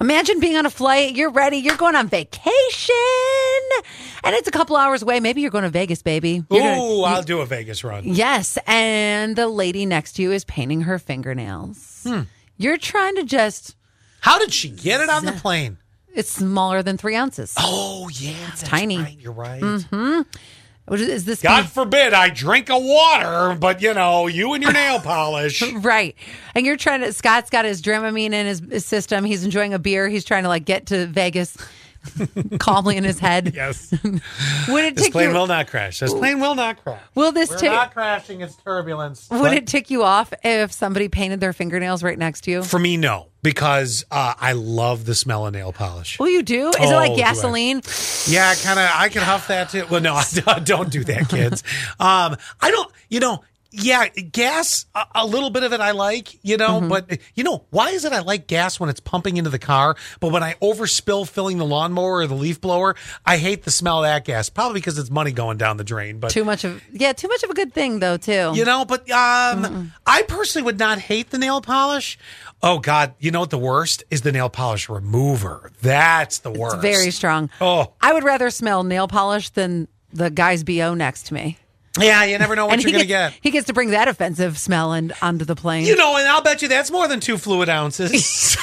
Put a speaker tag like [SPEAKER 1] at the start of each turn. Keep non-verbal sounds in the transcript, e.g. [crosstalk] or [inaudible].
[SPEAKER 1] Imagine being on a flight, you're ready, you're going on vacation, and it's a couple hours away. Maybe you're going to Vegas, baby.
[SPEAKER 2] Ooh,
[SPEAKER 1] You're gonna-
[SPEAKER 2] I'll do a Vegas run.
[SPEAKER 1] yes, and the lady next to you is painting her fingernails.
[SPEAKER 2] Hmm.
[SPEAKER 1] You're trying to just,
[SPEAKER 2] How did she get it on the plane?
[SPEAKER 1] it's smaller than three ounces.
[SPEAKER 2] Oh yeah, that's
[SPEAKER 1] tiny.
[SPEAKER 2] right, you're right.
[SPEAKER 1] What Is is this
[SPEAKER 2] God forbid I drink a water, but you know, you and your nail polish.
[SPEAKER 1] Right. And you're trying to, Scott's got his Dramamine in his, his system. He's enjoying a beer. He's trying to like get to
[SPEAKER 2] [laughs]
[SPEAKER 1] Vegas calmly in his head.
[SPEAKER 2] Yes.
[SPEAKER 1] Would it
[SPEAKER 2] This
[SPEAKER 1] tick you?
[SPEAKER 2] plane will not crash. This plane will not crash.
[SPEAKER 1] will this
[SPEAKER 2] We're
[SPEAKER 1] tick?
[SPEAKER 2] not crashing. It's turbulence.
[SPEAKER 1] would it tick you off if somebody painted their fingernails right next to you?
[SPEAKER 2] For me, no, because uh, I love the smell of nail polish.
[SPEAKER 1] Will you do? Is it
[SPEAKER 2] Oh,
[SPEAKER 1] like
[SPEAKER 2] do I-
[SPEAKER 1] gasoline?
[SPEAKER 2] Yeah, kind of. I can huff that too. Well, no, [laughs] I don't do that, kids. Um, I don't. You know. Yeah, gas. A, a little bit of it I like. You know,
[SPEAKER 1] Mm-hmm.
[SPEAKER 2] but you know why is it I like gas when it's pumping into the car, but when I overspill filling the lawnmower or the leaf blower, I hate the smell of that gas. Probably because it's money going down the drain. But
[SPEAKER 1] Too much of, yeah, too much of a good thing though, too.
[SPEAKER 2] you know, but um, I personally would not hate the nail polish. Oh God, you know what the worst is? The nail polish remover. That's the worst.
[SPEAKER 1] it's very strong.
[SPEAKER 2] Oh.
[SPEAKER 1] I would rather smell nail polish than the guy's BO next to me.
[SPEAKER 2] Yeah,
[SPEAKER 1] [laughs]
[SPEAKER 2] you never know what
[SPEAKER 1] and
[SPEAKER 2] you're
[SPEAKER 1] he
[SPEAKER 2] gonna
[SPEAKER 1] gets,
[SPEAKER 2] get.
[SPEAKER 1] he gets to bring that offensive smell and onto the plane.
[SPEAKER 2] You know, and I'll bet you that's more than two fluid ounces.